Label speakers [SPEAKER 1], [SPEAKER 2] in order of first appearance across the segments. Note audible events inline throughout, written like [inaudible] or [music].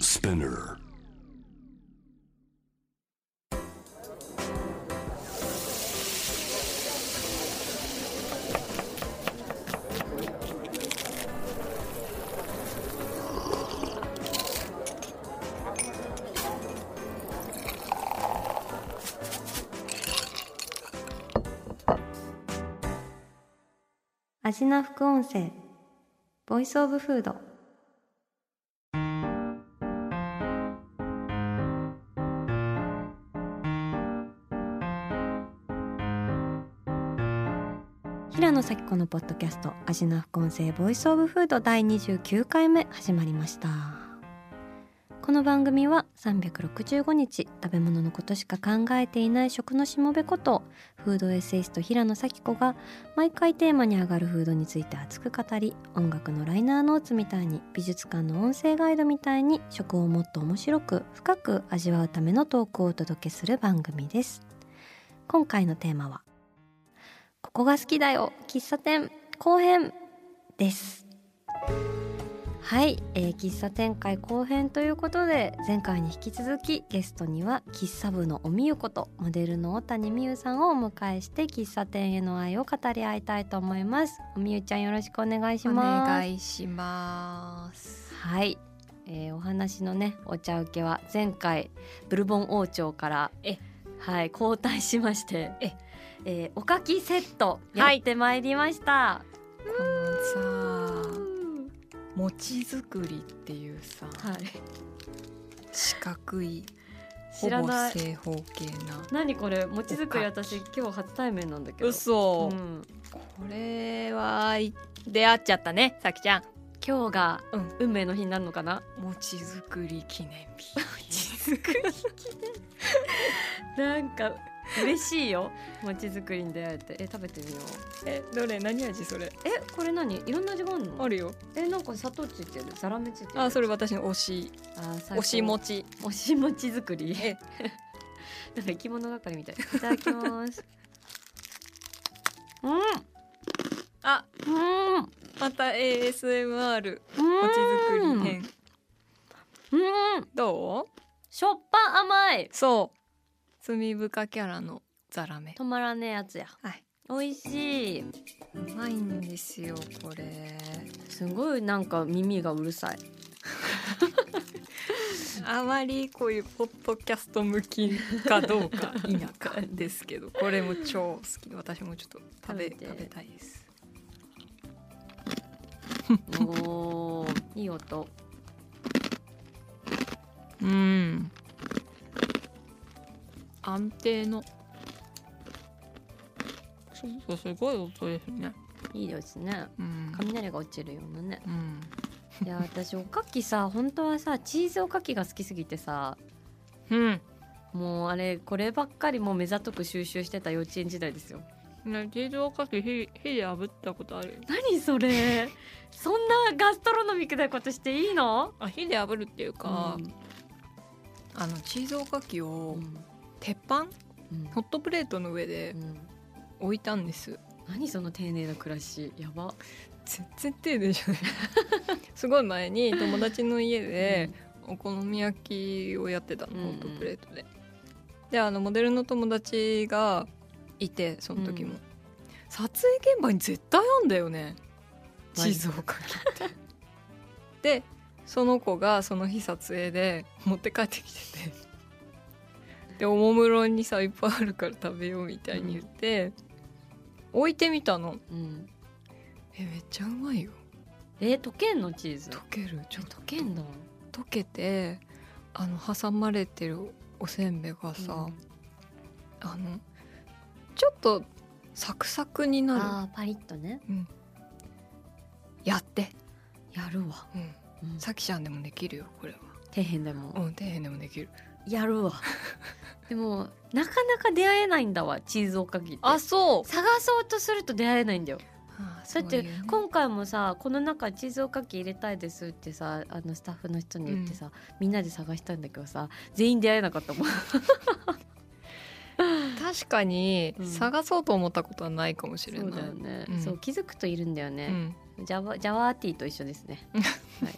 [SPEAKER 1] Spinner.
[SPEAKER 2] アジナ副音声ボイスオブフード平野咲子のポッドキャストアジナ副音声ボイスオブフード第29回目始まりましたこの番組は365日食べ物のことしか考えていない食のしもべことフードエッセイスト平野咲子が毎回テーマに上がるフードについて熱く語り音楽のライナーノーツみたいに美術館の音声ガイドみたいに食をもっと面白く深く味わうためのトークをお届けする番組です今回のテーマは「ここが好きだよ喫茶店後編」ですはい、えー喫茶店会後編ということで前回に引き続きゲストには喫茶部のおみゆことモデルの小谷美優さんをお迎えして喫茶店への愛を語り合いたいと思いますおみゆちゃんよろしくお願いし
[SPEAKER 3] お
[SPEAKER 2] ます
[SPEAKER 3] 願いします。
[SPEAKER 2] はい、えーお話のねお茶受けは前回ブルボン王朝から
[SPEAKER 3] え
[SPEAKER 2] はい交代しまして
[SPEAKER 3] え
[SPEAKER 2] えーおかきセットやってまいりました、
[SPEAKER 3] この
[SPEAKER 2] う
[SPEAKER 3] さ
[SPEAKER 2] ん
[SPEAKER 3] 餅作りっていうさ
[SPEAKER 2] はい
[SPEAKER 3] 四角いほ
[SPEAKER 2] 知ら
[SPEAKER 3] ぼ
[SPEAKER 2] ない
[SPEAKER 3] 正方形な
[SPEAKER 2] 何これ餅作り
[SPEAKER 3] おかき
[SPEAKER 2] 私今日初対面なんだけど
[SPEAKER 3] 嘘
[SPEAKER 2] うん、
[SPEAKER 3] これは出会っちゃったねさきちゃん
[SPEAKER 2] 今日が
[SPEAKER 3] うん
[SPEAKER 2] 運命の日になるのかな、
[SPEAKER 3] 餅作り記念日
[SPEAKER 2] なんか嬉しいよ餅作りに出会えてえ食べてみよう
[SPEAKER 3] えどれ何味それ
[SPEAKER 2] えこれ何いろんな味があるの
[SPEAKER 3] あるよ
[SPEAKER 2] えなんか砂糖ついてるざらめついてる
[SPEAKER 3] あそれ私の推し
[SPEAKER 2] あー最高
[SPEAKER 3] 推し餅
[SPEAKER 2] おし餅作り [laughs]
[SPEAKER 3] え
[SPEAKER 2] なんか生き物係みたいいただきますうん
[SPEAKER 3] あ
[SPEAKER 2] うんうん
[SPEAKER 3] また ASMR 餅
[SPEAKER 2] う
[SPEAKER 3] 作り
[SPEAKER 2] ん
[SPEAKER 3] 編どう
[SPEAKER 2] しょっぱ甘い
[SPEAKER 3] そう罪深キャラのザラメ
[SPEAKER 2] 止まらねえやつや
[SPEAKER 3] はい
[SPEAKER 2] 美味しいう
[SPEAKER 3] まいんですよこれ
[SPEAKER 2] すごいなんか耳がうる
[SPEAKER 3] [laughs]
[SPEAKER 2] さい
[SPEAKER 3] あまりこういうポッドキャスト向きかどうか否かです [laughs] けどこれも超好き私もちょっと食べ
[SPEAKER 2] 食べて
[SPEAKER 3] 食べたいです
[SPEAKER 2] おーいい音
[SPEAKER 3] うん安定のちょっとすごい音ですね
[SPEAKER 2] いいですね
[SPEAKER 3] うん、
[SPEAKER 2] 雷が落ちるようなね
[SPEAKER 3] うん、
[SPEAKER 2] いや私おかきさ本当はさチーズおかきが好きすぎてさ
[SPEAKER 3] うん
[SPEAKER 2] もうあれこればっかりもう目ざとく収集してた幼稚園時代ですよ
[SPEAKER 3] ね、チーズおかき火火で炙ったことある
[SPEAKER 2] 何それそんなガストロノミックなことしていいの
[SPEAKER 3] あ火で炙るっていうか、あのチーズおかき
[SPEAKER 2] う
[SPEAKER 3] を
[SPEAKER 2] ん
[SPEAKER 3] 鉄板
[SPEAKER 2] うん
[SPEAKER 3] ホットプレートの上で
[SPEAKER 2] うん
[SPEAKER 3] 置いたんです
[SPEAKER 2] 何その丁寧な暮らしやば
[SPEAKER 3] 全然丁寧じゃない [laughs] すごい前に友達の家でお好み焼きをやってたの、
[SPEAKER 2] うんうん
[SPEAKER 3] ホットプレートでであのモデルの友達がいてその時も、
[SPEAKER 2] うん
[SPEAKER 3] 撮影現場に絶対あんだよねチーズをかけてでその子がその日撮影で持って帰ってきててでおもむろにさいっぱいあるから食べようみたいに言って、置いてみたの
[SPEAKER 2] うん
[SPEAKER 3] えめっちゃうまいよ
[SPEAKER 2] え溶けんのチーズ
[SPEAKER 3] 溶けるちょっ
[SPEAKER 2] 溶けんの
[SPEAKER 3] と溶けてあの挟まれてるおせんべいがさ、
[SPEAKER 2] うん
[SPEAKER 3] あのちょっとサクサクにな
[SPEAKER 2] あーパリッとね
[SPEAKER 3] るやって、
[SPEAKER 2] やるわ、
[SPEAKER 3] うん、
[SPEAKER 2] うん、
[SPEAKER 3] さきちゃんでもできるよこれは
[SPEAKER 2] 底辺でも、
[SPEAKER 3] うん底辺でもできる
[SPEAKER 2] やる [laughs] わでもなかなか出会えないんだわチーズおかきって
[SPEAKER 3] そう
[SPEAKER 2] 探そうとすると出会えないんだよ
[SPEAKER 3] あ
[SPEAKER 2] だ
[SPEAKER 3] そう
[SPEAKER 2] って
[SPEAKER 3] いうね
[SPEAKER 2] 今回もさこの中にチーズおかき入れたいですってさあのスタッフの人に言ってさ、みんなで探したんだけどさ全員出会えなかった
[SPEAKER 3] [laughs]
[SPEAKER 2] もん
[SPEAKER 3] 確かに
[SPEAKER 2] うん
[SPEAKER 3] 探そうと思ったことはないかもしれ
[SPEAKER 2] そ
[SPEAKER 3] な
[SPEAKER 2] う
[SPEAKER 3] い
[SPEAKER 2] だよね、
[SPEAKER 3] うん
[SPEAKER 2] そう気づくといるんだよね、
[SPEAKER 3] うん [laughs]
[SPEAKER 2] ジャワジャワーティーと一緒ですね。はい。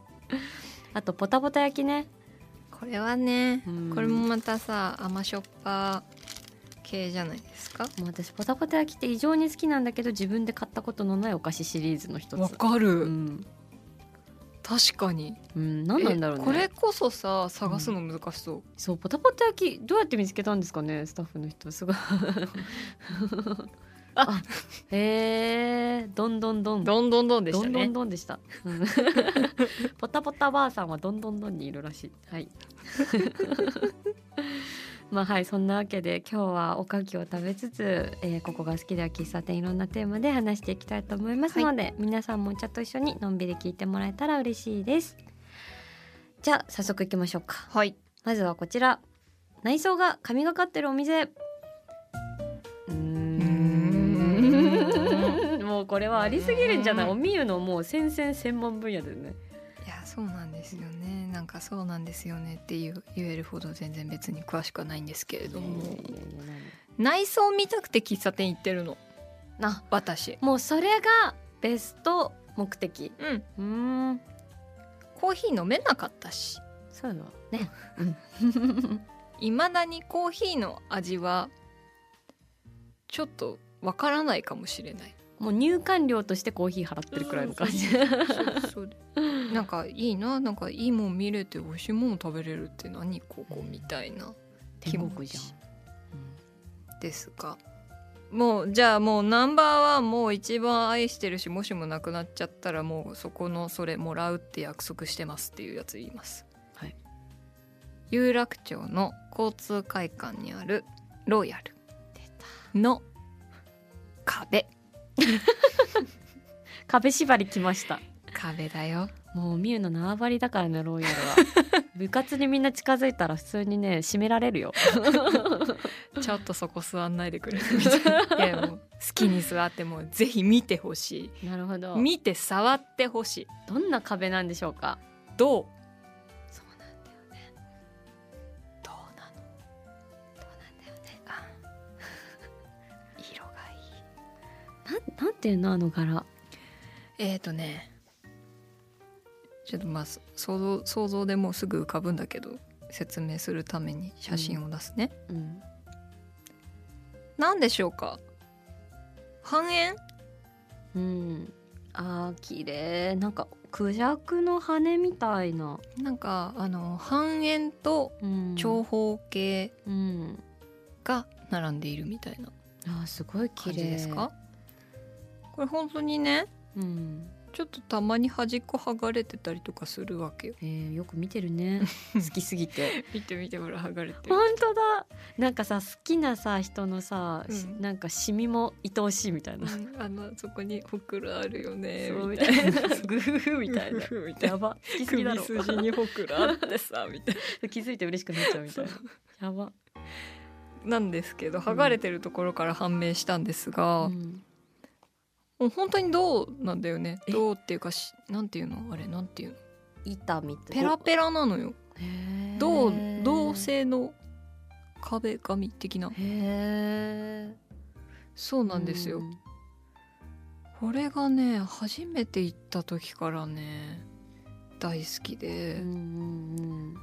[SPEAKER 2] [laughs] あとポタポタ焼きね、
[SPEAKER 3] これはね、
[SPEAKER 2] うん
[SPEAKER 3] これもまたさ甘しょっぱ系じゃないですか
[SPEAKER 2] もう私ポタポタ焼きって異常に好きなんだけど自分で買ったことのないお菓子シリーズの一つ
[SPEAKER 3] かる
[SPEAKER 2] うん、
[SPEAKER 3] 確かに
[SPEAKER 2] うん、何なんだろうね
[SPEAKER 3] えこれこそさ探すの難しそう、
[SPEAKER 2] そうポタポタ焼きどうやって見つけたんですかねスタッフの人すごい [laughs] あへえどんどんどん
[SPEAKER 3] どんどんどんでし
[SPEAKER 2] ど
[SPEAKER 3] た
[SPEAKER 2] んど
[SPEAKER 3] ね
[SPEAKER 2] んどんでした。うんポタポタばあさんはどんどんどんにいるらしい。はい。 [laughs] まあはいそんなわけで今日はおかきを食べつつ、えーここが好きでは喫茶店いろんなテーマで話していきたいと思いますので、皆さんもお茶と一緒にのんびり聞いてもらえたら嬉しいです。じゃあ早速行きましょうか。
[SPEAKER 3] はい
[SPEAKER 2] まずはこちら内装が神がかってるお店うーんもうこれはありすぎるんじゃな
[SPEAKER 3] う
[SPEAKER 2] い
[SPEAKER 3] ー
[SPEAKER 2] お
[SPEAKER 3] ん
[SPEAKER 2] みゆのもう先々専門分野だよね
[SPEAKER 3] いやそうなんですよねなんかそうなんですよねっていう言えるほど全然別に詳しくはないんですけれども内装見たくて喫茶店行ってるの
[SPEAKER 2] あ
[SPEAKER 3] 私
[SPEAKER 2] もうそれがベスト目的
[SPEAKER 3] うん
[SPEAKER 2] うーん
[SPEAKER 3] コーヒー飲めなかったし
[SPEAKER 2] そうだね
[SPEAKER 3] いまだにコーヒーの味はちょっとわからないかもしれない
[SPEAKER 2] もう入館料としてコーヒー払ってるくらいの感 [laughs] じ
[SPEAKER 3] そうそうそうなんかいいななんかいいもん見れて美味しいもん食べれるって何ここみたいな
[SPEAKER 2] 天国じゃん
[SPEAKER 3] ですがもうじゃあもうナンバーワンもう一番愛してるしもしもなくなっちゃったらもうそこのそれもらうって約束してますっていうやつ言います、
[SPEAKER 2] はい、
[SPEAKER 3] 有楽町の交通会館にあるロイヤル
[SPEAKER 2] 出た
[SPEAKER 3] の壁
[SPEAKER 2] 壁縛りきました
[SPEAKER 3] 壁だよ
[SPEAKER 2] もうミュウの縄張りだからねロイヤルは [laughs] 部活にみんな近づいたら普通にね締められるよ
[SPEAKER 3] ちょっとそこ座んないでく [laughs] れるみたいないやもう好きに座ってもうぜひ見てほし
[SPEAKER 2] なるほど
[SPEAKER 3] い見て触ってほしい
[SPEAKER 2] どんな壁なんでしょうか
[SPEAKER 3] どう
[SPEAKER 2] そうなんだよね
[SPEAKER 3] どうなの
[SPEAKER 2] どうなんだよね
[SPEAKER 3] [laughs] 色がいい
[SPEAKER 2] なんなんていうのあの柄
[SPEAKER 3] えーとねちょっとまあそ想像想像でもうすぐ浮かぶんだけど説明するために写真を出すね、
[SPEAKER 2] うん
[SPEAKER 3] なんでしょうか半円
[SPEAKER 2] うんあー綺麗なんかクジャクの羽みたいな、
[SPEAKER 3] なんかあの半円と
[SPEAKER 2] うん、
[SPEAKER 3] 長方形
[SPEAKER 2] うん
[SPEAKER 3] が並んでいるみたいな
[SPEAKER 2] あーすごい綺
[SPEAKER 3] 感
[SPEAKER 2] 麗
[SPEAKER 3] じですかこれ本当にね
[SPEAKER 2] うん
[SPEAKER 3] ちょっとたまに端っこ剥がれてたりとかするわけよ
[SPEAKER 2] えー、よく見てる
[SPEAKER 3] [laughs]
[SPEAKER 2] ね好きすぎて
[SPEAKER 3] 見て見てほら剥がれてる
[SPEAKER 2] [laughs] 本当だなんかさ好きなさ人のさ、し
[SPEAKER 3] うん
[SPEAKER 2] なんかシミも愛おしいみたいな
[SPEAKER 3] うんあのそこにほくろあるよね
[SPEAKER 2] そう
[SPEAKER 3] み
[SPEAKER 2] み
[SPEAKER 3] た
[SPEAKER 2] た
[SPEAKER 3] い
[SPEAKER 2] い
[SPEAKER 3] な
[SPEAKER 2] な [laughs] グフフみたいな
[SPEAKER 3] ふふ [laughs] みたいな
[SPEAKER 2] やば好きすぎだ
[SPEAKER 3] 首
[SPEAKER 2] ろ
[SPEAKER 3] 筋にほくろあってさみ
[SPEAKER 2] [laughs]
[SPEAKER 3] たい
[SPEAKER 2] 気づいて嬉しくなっちゃうみたいなやば、
[SPEAKER 3] ななんですけど剥がれてるところから判明したんですが、
[SPEAKER 2] うん
[SPEAKER 3] もう本当に銅なんだよね
[SPEAKER 2] え
[SPEAKER 3] 銅っていうかしなんていうのあれなんていうの
[SPEAKER 2] 板みた
[SPEAKER 3] ペ
[SPEAKER 2] い
[SPEAKER 3] ラ
[SPEAKER 2] な
[SPEAKER 3] ペラなのよ
[SPEAKER 2] へー
[SPEAKER 3] 銅銅製の壁紙的な
[SPEAKER 2] へえ
[SPEAKER 3] そうなんですよ、これがね初めて行った時からね大好きで、
[SPEAKER 2] うんうんうん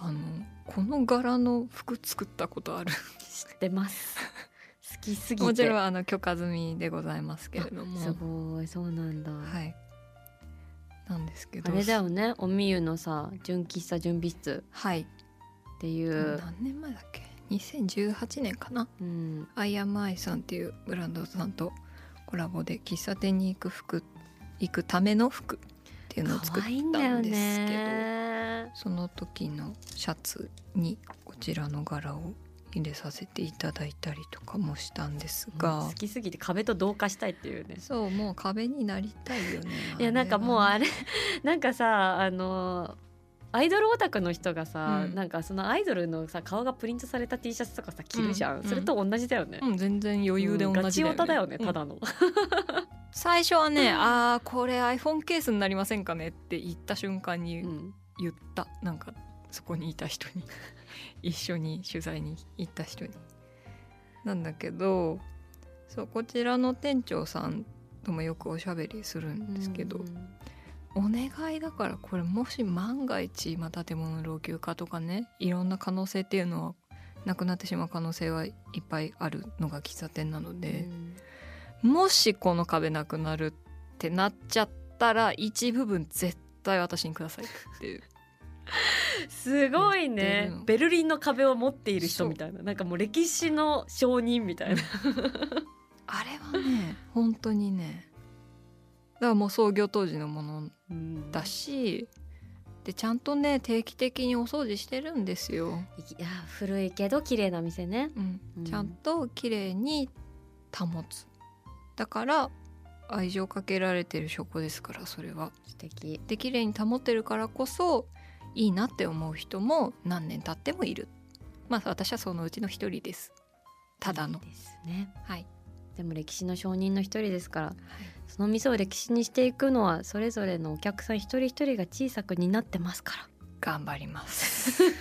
[SPEAKER 3] あのこの柄の服作ったことある
[SPEAKER 2] 知ってます好きすぎて
[SPEAKER 3] [laughs] もちろんあの許可済みでございますけれども
[SPEAKER 2] すごいそうなんだ、
[SPEAKER 3] はい。なんですけど。
[SPEAKER 2] あれだよねおみゆのさ純喫茶準備室
[SPEAKER 3] はい。
[SPEAKER 2] っていう、
[SPEAKER 3] 何年前だっけ？2018年かな。
[SPEAKER 2] うん、
[SPEAKER 3] アイアムアイさんっていうブランドさんとコラボで喫茶店に行く服行くための服っていうのを作
[SPEAKER 2] 可
[SPEAKER 3] っ
[SPEAKER 2] 愛いんだ
[SPEAKER 3] た
[SPEAKER 2] よ
[SPEAKER 3] んですけど、
[SPEAKER 2] ね
[SPEAKER 3] その時のシャツにこちらの柄を入れさせていただいたりとかもしたんですが。
[SPEAKER 2] 好きすぎて壁と同化したいっていうね
[SPEAKER 3] そうもう壁になりたいよね。
[SPEAKER 2] いやなんかもう
[SPEAKER 3] あれは
[SPEAKER 2] あれ [laughs] なんかさあのアイドルオタクの人がさ、
[SPEAKER 3] うん
[SPEAKER 2] なんかそのアイドルのさ顔がプリントされた T シャツとかさ着るじゃん、
[SPEAKER 3] うん
[SPEAKER 2] それと同じだよね、
[SPEAKER 3] うん全然余裕で同じ
[SPEAKER 2] うんガチオタだよね
[SPEAKER 3] うん
[SPEAKER 2] ただの、
[SPEAKER 3] 最初はね「ああこれ iPhone ケースになりませんかね」って言った瞬間に
[SPEAKER 2] うん
[SPEAKER 3] 言った、なんかそこにいた人 [laughs] に一緒に取材に行った人に。なんだけどそうこちらの店長さんともよくおしゃべりするんですけど、
[SPEAKER 2] うん
[SPEAKER 3] お願いだからこれもし万が一まあ建物の老朽化とかねいろんな可能性っていうのはなくなってしまう可能性はいっぱいあるのが喫茶店なので、もしこの壁なくなるってなっちゃったら一部分絶対私にくださいっていう
[SPEAKER 4] すごい
[SPEAKER 3] やって
[SPEAKER 4] ね
[SPEAKER 3] るの
[SPEAKER 4] ベルリンの壁を持っている人みたいななんかもう歴史の証人みたいな
[SPEAKER 3] [laughs] あれは [laughs] ね本当にねだからもう創業当時のものだしでちゃんとね定期的にお掃除してるんですよ、
[SPEAKER 2] いや古いけど綺麗な店ね
[SPEAKER 3] うん
[SPEAKER 2] うん
[SPEAKER 3] ちゃんと綺麗に保つだから愛情かけられてる証拠ですからそれは
[SPEAKER 2] 素敵
[SPEAKER 3] で綺麗に保ってるからこそいいなって思う人も何年経ってもいるまあ私はそのうちの一人ですただの
[SPEAKER 2] ですね
[SPEAKER 3] はい、
[SPEAKER 2] でも歴史の証人の一人ですからその店を歴史にしていくのはそれぞれのお客さん一人一人が小さくになってますから
[SPEAKER 3] 頑張ります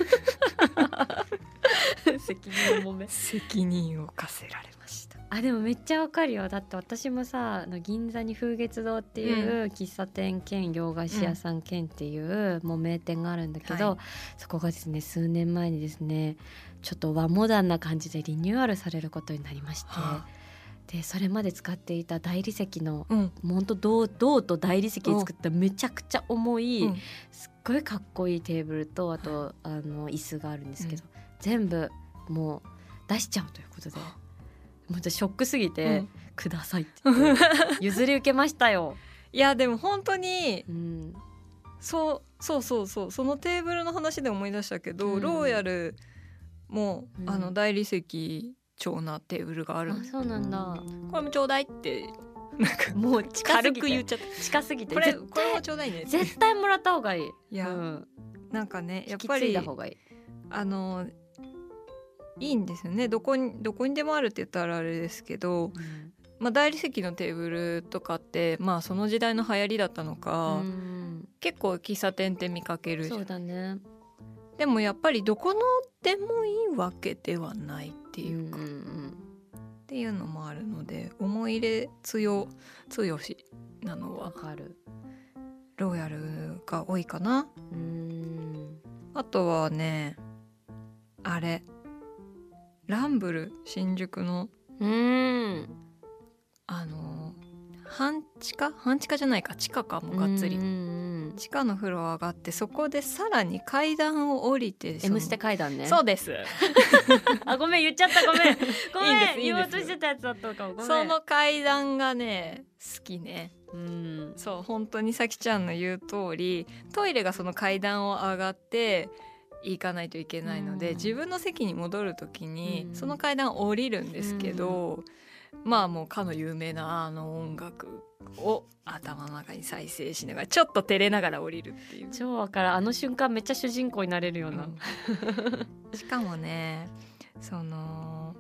[SPEAKER 4] 責任もめ
[SPEAKER 3] [laughs] 責任を課せられました
[SPEAKER 2] [laughs] あでもめっちゃわかるよだって私もさあの銀座に風月堂っていう喫茶店兼洋菓子屋さん兼っていうもう名店があるんだけど、
[SPEAKER 3] はい
[SPEAKER 2] そこがですね数年前にですねちょっと和モダンな感じでリニューアルされることになりまして、
[SPEAKER 3] は
[SPEAKER 2] でそれまで使っていた大理石の
[SPEAKER 3] うん
[SPEAKER 2] ほんと銅銅と大理石で作っためちゃくちゃ重い、
[SPEAKER 3] うん
[SPEAKER 2] すっごいかっこいいテーブルとあと、あの椅子があるんですけど、全部もう出しちゃうということで。もうちょっとショックすぎて、
[SPEAKER 3] うん
[SPEAKER 2] くださいって言って譲り受けましたよ。
[SPEAKER 3] [laughs] いやでも本当に
[SPEAKER 2] うん、
[SPEAKER 3] そうそうそうそうそのテーブルの話で思い出したけど、
[SPEAKER 2] うん
[SPEAKER 3] ローヤルも、
[SPEAKER 2] うん
[SPEAKER 3] あの大理石調なテーブルがある
[SPEAKER 2] あそうなんだ。
[SPEAKER 3] これもちょうだいって
[SPEAKER 2] [laughs]
[SPEAKER 3] なんか
[SPEAKER 2] もう近す
[SPEAKER 3] 軽
[SPEAKER 2] ぎ
[SPEAKER 3] く言ってちゃった
[SPEAKER 2] 近すぎて
[SPEAKER 3] これ
[SPEAKER 2] 絶
[SPEAKER 3] これもちょうだいね
[SPEAKER 2] 絶対もらった方がいい。
[SPEAKER 3] いや、
[SPEAKER 2] うん、
[SPEAKER 3] なんかねや
[SPEAKER 2] 引
[SPEAKER 3] っ
[SPEAKER 2] き
[SPEAKER 3] ぱ
[SPEAKER 2] 継い
[SPEAKER 3] り
[SPEAKER 2] だ方がいい。
[SPEAKER 3] あのいいんですよねどこにどこにでもあるって言ったらあれですけど、まあ、大理石のテーブルとかって、まあ、その時代の流行りだったのか、
[SPEAKER 2] うん
[SPEAKER 3] 結構喫茶店って見かけるじゃ
[SPEAKER 2] そうんだね。
[SPEAKER 3] でもやっぱりどこのでもいいわけではないって
[SPEAKER 2] う
[SPEAKER 3] いうんか、
[SPEAKER 2] う
[SPEAKER 3] っ
[SPEAKER 2] ん
[SPEAKER 3] ていうのもあるので思い入れ強強しな
[SPEAKER 2] う
[SPEAKER 3] の
[SPEAKER 2] ん、わ
[SPEAKER 3] は
[SPEAKER 2] かる。
[SPEAKER 3] ロイヤルが多いかな。
[SPEAKER 2] うん、
[SPEAKER 3] あとはねあれランブル新宿の
[SPEAKER 2] うん、
[SPEAKER 3] あの半地下半地下じゃないか地下かもがっつり、
[SPEAKER 2] うんうん
[SPEAKER 3] 地下のフロアがあってそこでさらに階段を降りてその
[SPEAKER 2] M ステ階段ね。
[SPEAKER 3] そうです
[SPEAKER 4] あごめん言っちゃったごめん
[SPEAKER 2] [laughs]
[SPEAKER 4] ごめん
[SPEAKER 3] いいんですいいんで
[SPEAKER 4] 言
[SPEAKER 3] す
[SPEAKER 4] おうとしてたやつだったのかもごめん
[SPEAKER 3] その階段がね好きね
[SPEAKER 4] うん
[SPEAKER 3] そう本当にさきちゃんの言う通りトイレがその階段を上がって行かないといけないので、
[SPEAKER 2] うん
[SPEAKER 3] 自分の席に戻る時に
[SPEAKER 2] うん
[SPEAKER 3] その階段を降りるんですけど、まあもうかの有名なあの音楽を頭の中に再生しながらちょっと照れながら降りるっていう。
[SPEAKER 4] 超わからんあの瞬間めっちゃ主人公になれるような、
[SPEAKER 3] うん [laughs] しかもねその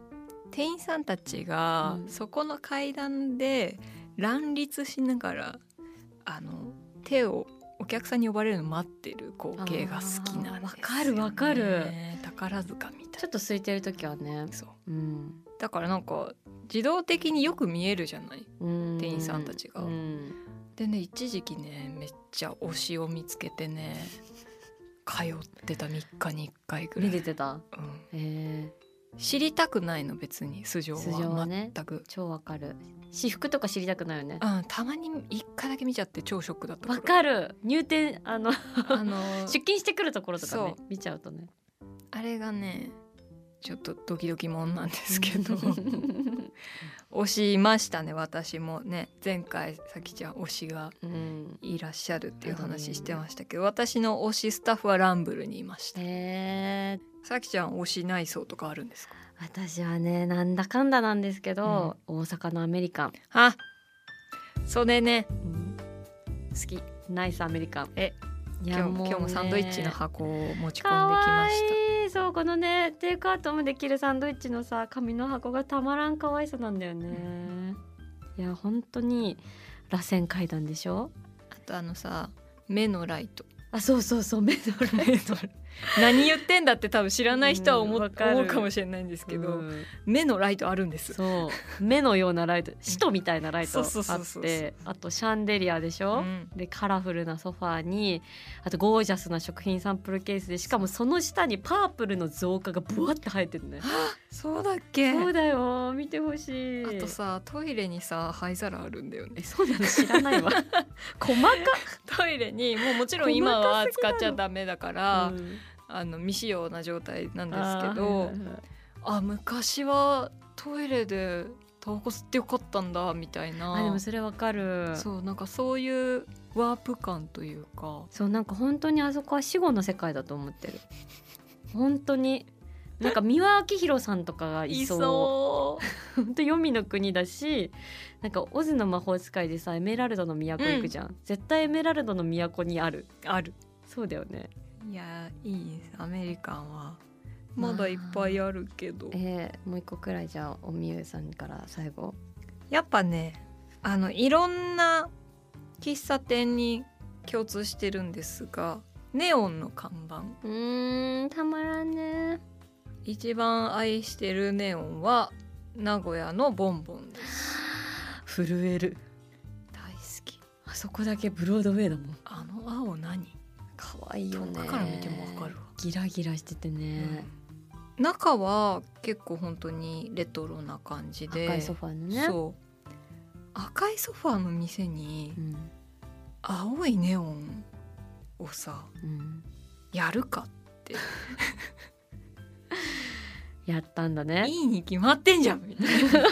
[SPEAKER 3] 店員さんたちが
[SPEAKER 2] うん
[SPEAKER 3] そこの階段で乱立しながらあの手をお客さんに呼ばれるの待ってる光景が好きなんですよ、ね、
[SPEAKER 2] あーわかるわかる
[SPEAKER 3] 宝塚みたい
[SPEAKER 2] ちょっと空いてる時はね。
[SPEAKER 3] なそう
[SPEAKER 2] うん、
[SPEAKER 3] だからなんか自動的によく見えるじゃない
[SPEAKER 2] うん
[SPEAKER 3] 店員さんたちが
[SPEAKER 2] うん
[SPEAKER 3] でね一時期ねめっちゃ推しを見つけてね通ってた3日に1回ぐらい
[SPEAKER 2] 見ててた。
[SPEAKER 3] うん
[SPEAKER 2] えー、
[SPEAKER 3] 知りたくないの別に素性
[SPEAKER 2] 素性は
[SPEAKER 3] は
[SPEAKER 2] ね
[SPEAKER 3] 全く、
[SPEAKER 2] 超わかる。私服とか知りたくないよね。
[SPEAKER 3] うん、たまに一回だけ見ちゃって超ショックだった
[SPEAKER 2] わ
[SPEAKER 3] 頃
[SPEAKER 2] かる。入店あ [laughs] の
[SPEAKER 3] あの
[SPEAKER 2] 出勤してくるところとかね
[SPEAKER 3] そ
[SPEAKER 2] 見ちゃうとね。
[SPEAKER 3] あれがねちょっとドキドキもんなんです
[SPEAKER 4] [laughs]
[SPEAKER 3] けど推しましたね私もね前回さきちゃん推しが
[SPEAKER 2] うん。
[SPEAKER 3] いらっしゃるっていう話してましたけど私の推しスタッフはランブルにいました
[SPEAKER 2] えー、
[SPEAKER 3] さきちゃん推し内装とかあるんですか
[SPEAKER 2] 私はねなんだかんだなんですけど、大阪のアメリカン、
[SPEAKER 3] あそれね好き
[SPEAKER 2] ナイスアメリカン。
[SPEAKER 3] え
[SPEAKER 2] いや
[SPEAKER 3] 今日
[SPEAKER 2] う
[SPEAKER 3] も
[SPEAKER 2] ね
[SPEAKER 3] 今日もサンドイッチの箱を持ち込
[SPEAKER 2] か
[SPEAKER 3] んでき
[SPEAKER 2] わ
[SPEAKER 3] ました
[SPEAKER 2] いいそうこのねテイクアウトもできるサンドイッチのさ紙の箱がたまらん可愛さなんだよね、いや本当に螺旋階段でしょ
[SPEAKER 3] あとあのさ目のライト
[SPEAKER 2] あそうそうそうメドレー
[SPEAKER 3] メドレー何言ってんだって多分知らない人は思,、
[SPEAKER 2] うんわかる
[SPEAKER 3] 思うかもしれないんですけど、
[SPEAKER 2] うん
[SPEAKER 3] 目のライトあるんです
[SPEAKER 2] そう目のようなライト使徒みたいなライトあ
[SPEAKER 3] そうそうそう
[SPEAKER 2] っ
[SPEAKER 3] そう
[SPEAKER 2] てあとシャンデリアでしょ、
[SPEAKER 3] うん
[SPEAKER 2] でカラフルなソファーにあとゴージャスな食品サンプルケースでしかもその下にパープルの造花がブワって生えてるね
[SPEAKER 3] そうだっけ
[SPEAKER 2] そうだよ見てほしい
[SPEAKER 3] あとさトイレにさ灰皿あるんだよね
[SPEAKER 2] えそうなの知らないわ細
[SPEAKER 3] [laughs] トイレにもうもちろん今は使っちゃダメだか
[SPEAKER 2] か、
[SPEAKER 3] ら、
[SPEAKER 2] うん
[SPEAKER 3] あの未使用な状態なんで
[SPEAKER 2] あー
[SPEAKER 3] すけ
[SPEAKER 2] はい
[SPEAKER 3] ど
[SPEAKER 2] はいはい
[SPEAKER 3] あ,、昔はトイレでタバコ吸ってよかったんだみたいな
[SPEAKER 2] あでもそれわかる
[SPEAKER 3] そうなんかそういうワープ感というか
[SPEAKER 2] そうなんか本当にあそこは死後の世界だと思ってる本当になんか三輪明宏さんとかがいそう
[SPEAKER 3] そ
[SPEAKER 2] 本当黄泉の国だしなんかオズの魔法使いでさエメラルドの都行くじゃん、絶対エメラルドの都にある
[SPEAKER 3] う [laughs] ある
[SPEAKER 2] そうだよね
[SPEAKER 3] いやいいアメリカンはまだいっぱいあるけど、
[SPEAKER 1] えー、もう一個くらいじゃあおみゆさんから最後
[SPEAKER 3] やっぱねあのいろんな喫茶店に共通してるんですがネオンの看板
[SPEAKER 1] うーんたまらんね
[SPEAKER 3] 一番愛してるネオンは名古屋のボンボンです
[SPEAKER 2] 震える
[SPEAKER 3] 大好き
[SPEAKER 2] あそこだけブロードウェイだもん
[SPEAKER 3] あの青何
[SPEAKER 1] 可愛いよ
[SPEAKER 3] 遠
[SPEAKER 1] ね
[SPEAKER 3] くから見てもわかるわ、
[SPEAKER 2] ギラギラしててね、
[SPEAKER 3] うん中は結構本当にレトロな感じで
[SPEAKER 1] 赤いソファーのね
[SPEAKER 3] そう赤いソファーの店に
[SPEAKER 1] うん
[SPEAKER 3] 青いネオンをさ
[SPEAKER 1] うん
[SPEAKER 3] やるか
[SPEAKER 2] やったんだね
[SPEAKER 3] いいに決まってんじゃんみたいな [laughs] 気持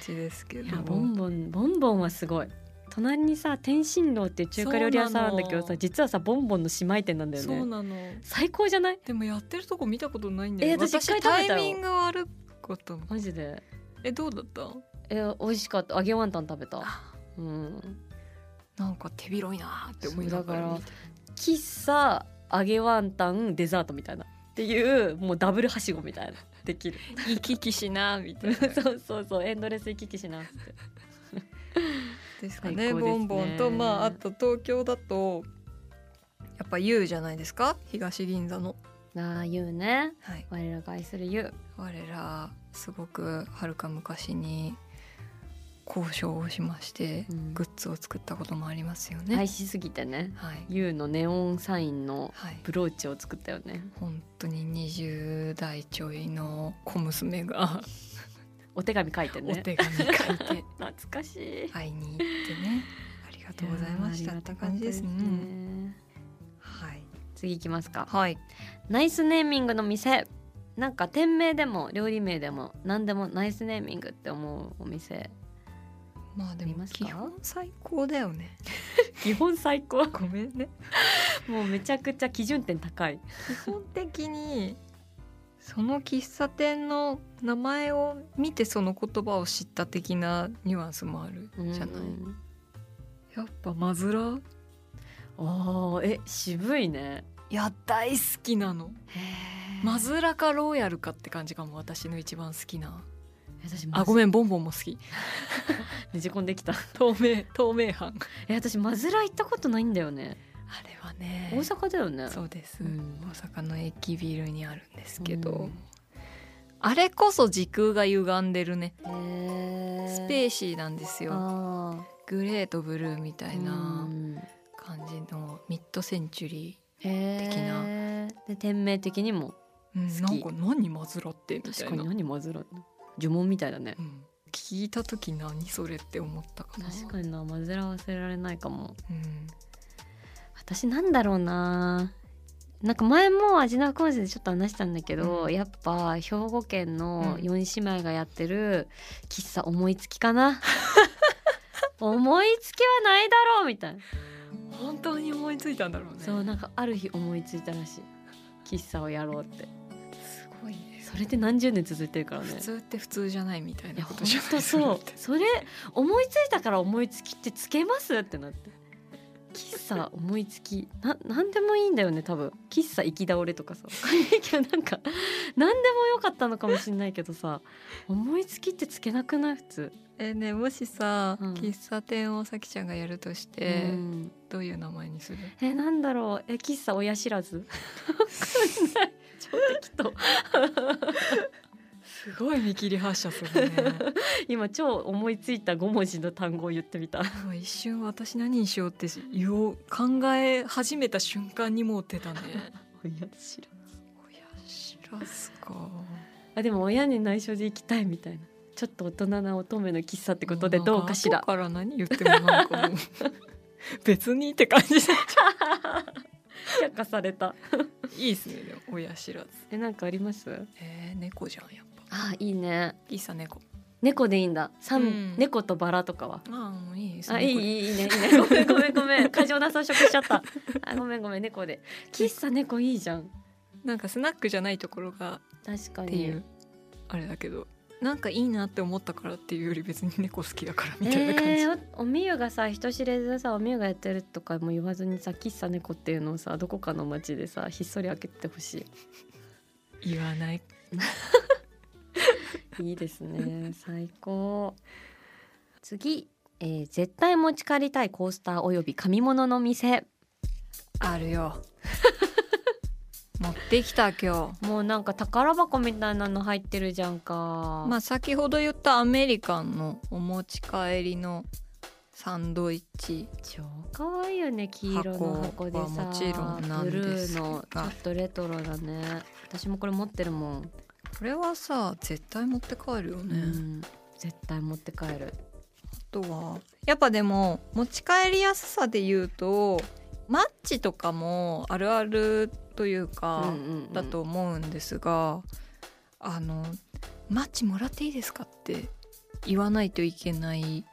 [SPEAKER 3] ちですけ
[SPEAKER 2] い
[SPEAKER 3] ど
[SPEAKER 2] やボンボンボンボンはすごい隣にさ天津楼っていう中華料理屋さんあるんだけど
[SPEAKER 3] そうな
[SPEAKER 2] さ
[SPEAKER 3] の
[SPEAKER 2] 実はさボンボンの姉妹店なんだよ
[SPEAKER 3] そう
[SPEAKER 2] ね
[SPEAKER 3] なの
[SPEAKER 2] 最高じゃない
[SPEAKER 3] でもやってるとこ見たことないんだよ
[SPEAKER 2] え私一回食べた
[SPEAKER 3] タ
[SPEAKER 2] よ
[SPEAKER 3] イミング悪かったの
[SPEAKER 2] マジで
[SPEAKER 3] えどうだった
[SPEAKER 2] え美味しかった揚げワンタン食べたうん
[SPEAKER 3] なんか手広いなーって思いなが
[SPEAKER 2] そ
[SPEAKER 3] ら
[SPEAKER 2] うだ喫茶揚げワンタンデザートみたいなっていうもうダブルはしごみたいなで
[SPEAKER 1] [laughs]
[SPEAKER 2] きる
[SPEAKER 3] 行き来しなーみたいな
[SPEAKER 2] そうそうそうエンドレス行き来しなって
[SPEAKER 3] ですか
[SPEAKER 2] 最
[SPEAKER 3] ね
[SPEAKER 2] 高ですね
[SPEAKER 3] ボンボンとまああと東京だとやっぱ U じゃないですか東銀座の
[SPEAKER 1] ああゆうね
[SPEAKER 3] はい
[SPEAKER 1] 我らが愛するゆう
[SPEAKER 3] 我らすごくはるか昔に交渉をしまして、
[SPEAKER 1] うん
[SPEAKER 3] グッズを作ったこともありますよね
[SPEAKER 1] 愛しすぎてね
[SPEAKER 3] はい、
[SPEAKER 1] ゆうのネオンサインの
[SPEAKER 3] はい、
[SPEAKER 1] ブローチを作ったよね
[SPEAKER 3] 本当に20代ちょいの小娘が
[SPEAKER 2] お手紙書いて
[SPEAKER 3] お
[SPEAKER 2] ね
[SPEAKER 3] 手紙書いて
[SPEAKER 2] 懐かしい
[SPEAKER 3] 会いに行ってねありがとうございましたって感じですね。はい、
[SPEAKER 1] 次いきますか
[SPEAKER 3] はい、
[SPEAKER 1] ナイスネーミングの店なんか店名でも料理名でも何でもナイスネーミングって思うお店
[SPEAKER 3] まあで
[SPEAKER 1] 見
[SPEAKER 3] も
[SPEAKER 1] ますか
[SPEAKER 3] 基本最高だよね。
[SPEAKER 2] 基本最高 [laughs]
[SPEAKER 3] ごめんね。
[SPEAKER 2] もうめちゃくちゃ基準点高い
[SPEAKER 3] 基本的にその喫茶店の名前を見てその言葉を知った的なニュアンスもあるじゃな
[SPEAKER 1] う
[SPEAKER 3] い。
[SPEAKER 1] ん
[SPEAKER 3] やっぱマズラ
[SPEAKER 2] あーえ渋いね
[SPEAKER 3] いや大好きなの。マ
[SPEAKER 2] ず
[SPEAKER 3] ズラかローヤルかって感じかも私の一番好きな。
[SPEAKER 2] 私
[SPEAKER 3] あご
[SPEAKER 2] ん
[SPEAKER 3] めんボンボンも好き。
[SPEAKER 2] ねじ込んできた
[SPEAKER 3] 透 [laughs] 明透明版。
[SPEAKER 2] え私マズラ行ったことないんだよね
[SPEAKER 3] あれはね
[SPEAKER 2] 大阪だよね
[SPEAKER 3] そうです、
[SPEAKER 2] うん
[SPEAKER 3] 大阪の駅ビルにあるんですけど、
[SPEAKER 2] うん
[SPEAKER 3] あれこそ時空が歪んでるね
[SPEAKER 1] へー
[SPEAKER 3] スペーシーなんですよ
[SPEAKER 1] あ
[SPEAKER 3] グレーとブルーみた
[SPEAKER 1] ー
[SPEAKER 3] いな
[SPEAKER 1] うんへ
[SPEAKER 3] 感じのミッドセンチュリ
[SPEAKER 1] ー
[SPEAKER 3] 的
[SPEAKER 1] で店名的にも
[SPEAKER 3] ー、うん、
[SPEAKER 2] 好
[SPEAKER 3] な
[SPEAKER 2] き
[SPEAKER 3] んか何マズラってみた
[SPEAKER 2] 確
[SPEAKER 3] い
[SPEAKER 2] か
[SPEAKER 3] な
[SPEAKER 2] に、何マズラ呪文みたいだね
[SPEAKER 3] うん聞いた時何それって思ったかな
[SPEAKER 1] 確かになマズラ忘れられないかも
[SPEAKER 3] うん、
[SPEAKER 1] 私なんだろうななんか前も味のコンセでちょっと話したんだけど、
[SPEAKER 3] うん
[SPEAKER 1] やっぱ兵庫県の
[SPEAKER 3] うん
[SPEAKER 1] 4姉妹がやってる喫茶思いつきかな [laughs] 思いつきはないだろうみたいな、
[SPEAKER 3] 本当に思いついたんだろうね
[SPEAKER 1] そうなんかある日思いついたらしい喫茶をやろうって
[SPEAKER 3] すごいね
[SPEAKER 1] それって何十年続いてるからね
[SPEAKER 3] 普通って普通じゃないみたい
[SPEAKER 1] いや
[SPEAKER 3] なこ
[SPEAKER 1] 本
[SPEAKER 3] とじゃない [laughs]
[SPEAKER 1] 当
[SPEAKER 3] れ
[SPEAKER 1] そ
[SPEAKER 3] っ
[SPEAKER 1] う
[SPEAKER 3] て
[SPEAKER 1] それ思いついたから思いつきってつけますってなって
[SPEAKER 2] 喫茶思いつきな何でもいいんだよね多分喫茶行き倒れとかさ [laughs] わかんないけどなんか何でもよかったのかもしれないけどさ思いつきってつけなくない普通、
[SPEAKER 3] えねもしさ、
[SPEAKER 2] うん
[SPEAKER 3] 喫茶店をさきちゃんがやるとして、
[SPEAKER 2] うん
[SPEAKER 3] どういう名前にする
[SPEAKER 2] えなんだろうえ喫茶親知らずわかんない超適当
[SPEAKER 3] すごい見切り発車するね
[SPEAKER 2] 今超思いついた5文字の単語を言ってみた
[SPEAKER 3] もう一瞬私何にしようって言おう考え始めた瞬間にもう出たね
[SPEAKER 2] 親知らず
[SPEAKER 3] 親知らずか
[SPEAKER 2] あでも親に内緒で行きたいみたいなちょっと大人な乙女の喫茶ってことでどうかし
[SPEAKER 3] な
[SPEAKER 2] ら
[SPEAKER 3] ん後から何言ってもなん
[SPEAKER 2] [laughs]
[SPEAKER 3] かもう別にって感じで
[SPEAKER 2] 却下された
[SPEAKER 3] いいですねでも親知らず
[SPEAKER 2] えなんかあります
[SPEAKER 3] えー、猫じゃんやっぱ
[SPEAKER 2] あいいね
[SPEAKER 3] 喫茶猫
[SPEAKER 2] 猫でいいんだ、さん
[SPEAKER 3] うん
[SPEAKER 2] 猫とバラとかは
[SPEAKER 3] ああもういいです
[SPEAKER 2] あいいい
[SPEAKER 3] い
[SPEAKER 2] いいいねいいねごめんごめんごめん過剰な装飾しちゃったあごめんごめん猫で喫茶猫いいじゃん
[SPEAKER 3] なんかスナックじゃないところが
[SPEAKER 2] 確か
[SPEAKER 3] っていう、あれだけどなんかいいなって思ったからっていうより別に猫好きだからみたいな感じ、
[SPEAKER 2] えーおおみゆがさ人知れずさおみゆがやってるとかも言わずにさ喫茶猫っていうのをさどこかの町でさひっそり開けてほし
[SPEAKER 3] 言わない
[SPEAKER 2] いいいですね最高
[SPEAKER 1] 次、えー絶対持ち帰りたいコースターおよび紙物の店
[SPEAKER 3] あるよ持ってきた今日
[SPEAKER 1] もうなんか宝箱みたいなの入ってるじゃんか、
[SPEAKER 3] まあ先ほど言ったアメリカンのお持ち帰りのサンドイッチ
[SPEAKER 1] 超可愛いよね黄色の箱でさ
[SPEAKER 3] 箱はもちろんなんです
[SPEAKER 1] ブルー
[SPEAKER 3] が
[SPEAKER 1] のちょっとレトロだね私もこれ持ってるもん、
[SPEAKER 3] これはさ絶対持って帰るよ
[SPEAKER 1] う
[SPEAKER 3] ね、あ
[SPEAKER 1] ん、絶対持って帰る
[SPEAKER 3] とはやっぱでも持ち帰りやすさで言うとマッチとかもあるあるという
[SPEAKER 1] う
[SPEAKER 3] か、
[SPEAKER 1] んうんうん
[SPEAKER 3] だと思うんですが、あのマッチもらっていいですかって言わないといけない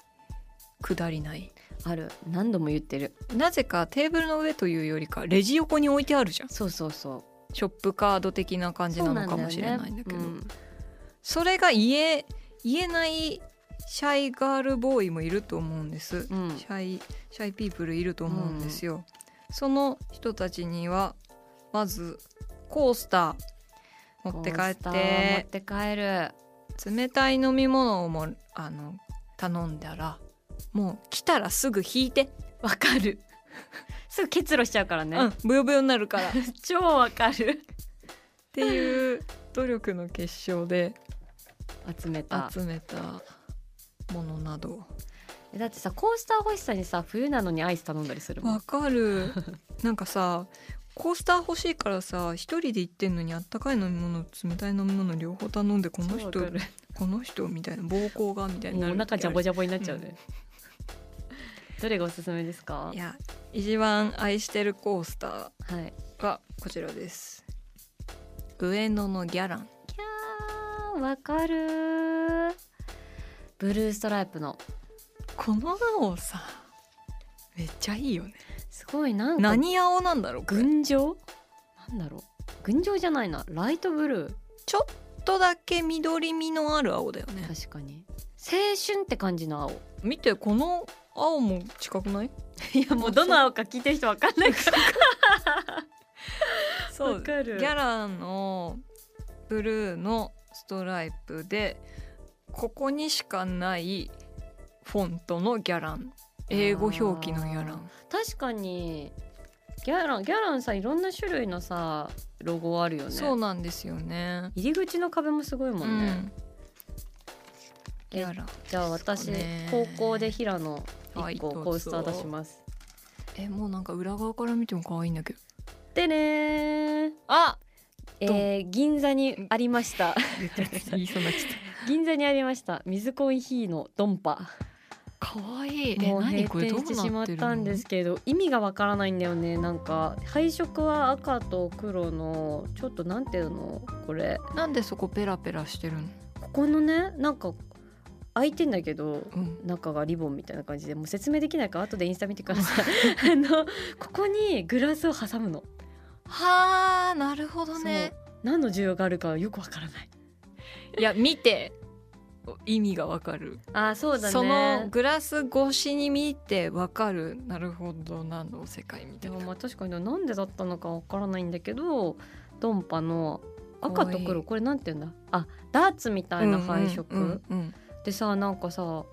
[SPEAKER 3] くだりない
[SPEAKER 1] ある何度も言ってる
[SPEAKER 3] なぜかテーブルの上というよりかレジ横に置いてあるじゃん
[SPEAKER 1] そうそうそう
[SPEAKER 3] ショップカード的な感じなのかもしれないんだけどそれが言え言えないシャイガールボーイもいると思うんです、
[SPEAKER 1] うんうん
[SPEAKER 3] シャイシャイピープルいると思うんですよ、その人たちにはまずコースター持って帰っ
[SPEAKER 1] コースター持ってて帰る
[SPEAKER 3] 冷たい飲み物をもあの頼んだらもう来たらすぐ引いて
[SPEAKER 2] わかる [laughs] すぐ結露しちゃうからね、
[SPEAKER 3] うんブヨブヨになる
[SPEAKER 1] [laughs]
[SPEAKER 3] から
[SPEAKER 2] 超わかる
[SPEAKER 3] っていう努力の結晶で
[SPEAKER 2] 集めた
[SPEAKER 3] 集めたものなど
[SPEAKER 2] えだってさコースター欲しさにさ冬なのにアイス頼んだりするもん
[SPEAKER 3] わ
[SPEAKER 2] [laughs]
[SPEAKER 3] かるなんかさコースター欲しいからさ一人で行ってんのにあったかい飲み物冷たい飲み物両方頼んでこの人
[SPEAKER 2] 超わかる
[SPEAKER 3] この人みたいな暴行がみたいに
[SPEAKER 2] も
[SPEAKER 3] な
[SPEAKER 2] う
[SPEAKER 3] る
[SPEAKER 2] お腹ジャボジャボになっちゃう
[SPEAKER 3] う
[SPEAKER 2] ね、どれがおすすめですか
[SPEAKER 3] いや一番愛してるコースタ
[SPEAKER 2] はい
[SPEAKER 3] ーがこちらです上野のギャラン
[SPEAKER 1] キャーわかるー
[SPEAKER 2] ブルーストライプの
[SPEAKER 3] この青さめっちゃいいよね
[SPEAKER 1] すごいなんか
[SPEAKER 3] 何青なんだろうこれ
[SPEAKER 2] 群青
[SPEAKER 1] なんだろう群青じゃないなライトブルー
[SPEAKER 3] ちょっとだけ緑みのある青だよね
[SPEAKER 1] 確かに青春って感じの青
[SPEAKER 3] 見てこの青も近くない
[SPEAKER 2] いやもうどの青か聞いてる人わかんないから
[SPEAKER 3] そ
[SPEAKER 2] わ
[SPEAKER 3] うギ
[SPEAKER 2] かる
[SPEAKER 3] ャランのブルーのストライプでここにしかないフォントのギャラン英語表記のギャラン
[SPEAKER 1] 確かにギャランギャランさいろんな種類のさロゴあるよね
[SPEAKER 3] そうなんですよね
[SPEAKER 1] 入り口の壁もすごいも
[SPEAKER 3] うん
[SPEAKER 1] ね、
[SPEAKER 3] んギ
[SPEAKER 1] え
[SPEAKER 3] ャラン
[SPEAKER 1] じゃあ私、
[SPEAKER 3] そうね
[SPEAKER 1] 高校で平野
[SPEAKER 3] はい
[SPEAKER 1] 一個
[SPEAKER 3] どうぞ
[SPEAKER 1] コースター出します
[SPEAKER 3] えもうなんか裏側から見ても可愛いんだけど
[SPEAKER 1] でねー
[SPEAKER 3] あ
[SPEAKER 1] えー、銀座にありました [laughs]
[SPEAKER 3] 言いそうになっちゃった
[SPEAKER 1] 銀座にありました水コンヒーのドンパ
[SPEAKER 3] [laughs] 可愛いえ
[SPEAKER 1] もう
[SPEAKER 3] 何
[SPEAKER 1] 閉
[SPEAKER 3] これ
[SPEAKER 1] 店
[SPEAKER 3] どう
[SPEAKER 1] してし
[SPEAKER 3] な
[SPEAKER 1] ま
[SPEAKER 3] っ
[SPEAKER 1] って
[SPEAKER 3] る
[SPEAKER 1] たん
[SPEAKER 3] の
[SPEAKER 1] ですけど意味がわからないんだよねなんか配色は赤と黒のちょっとなんていうのこれ
[SPEAKER 3] なんでそこペラペラしてるの
[SPEAKER 1] ここのねなんか開いてんだけど
[SPEAKER 3] うん
[SPEAKER 1] 中がリボンみたいな感じでもう説明できないから後でインスタ見てくださ
[SPEAKER 3] [laughs]
[SPEAKER 1] いあのここにグラスを挟むの
[SPEAKER 3] はあなるほどね
[SPEAKER 1] 何の需要があるかはよくわからない
[SPEAKER 3] いや見て意味がわかる
[SPEAKER 2] あーそうだね
[SPEAKER 3] そのグラス越しに見てわかるなるほどなの世界み
[SPEAKER 2] で
[SPEAKER 3] たい
[SPEAKER 2] も
[SPEAKER 3] な
[SPEAKER 2] まあ確かになんでだったのかわからないんだけどドンパの赤と
[SPEAKER 3] かわい
[SPEAKER 2] 黒
[SPEAKER 3] い
[SPEAKER 2] これなんて言うんだあダーツみたいな配色、
[SPEAKER 3] うんうんうん
[SPEAKER 2] でさなんかさ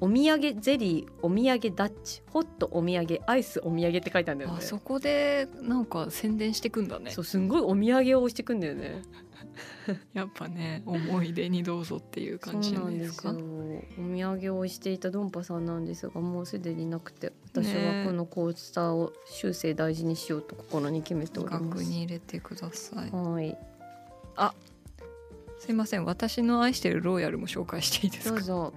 [SPEAKER 2] お土産ゼリーお土産ダッチホットお土産アイスお土産って書いてあるんだよね
[SPEAKER 3] あそこでなんか宣伝してくんだね
[SPEAKER 2] そうすんごいお土産を押してくんだよね
[SPEAKER 3] やっぱね思い出にどうぞっていう感じじゃないですか
[SPEAKER 2] そうなんですよお土産をしていたドンパさんなんですがもうすでになくて私はこのコースターを終生大事にしようと心に決めておりま
[SPEAKER 3] 額
[SPEAKER 2] す、
[SPEAKER 3] に入れてください
[SPEAKER 2] はい
[SPEAKER 3] すいません私の愛してるローヤルも紹介していいです
[SPEAKER 2] ど
[SPEAKER 3] か
[SPEAKER 2] うぞ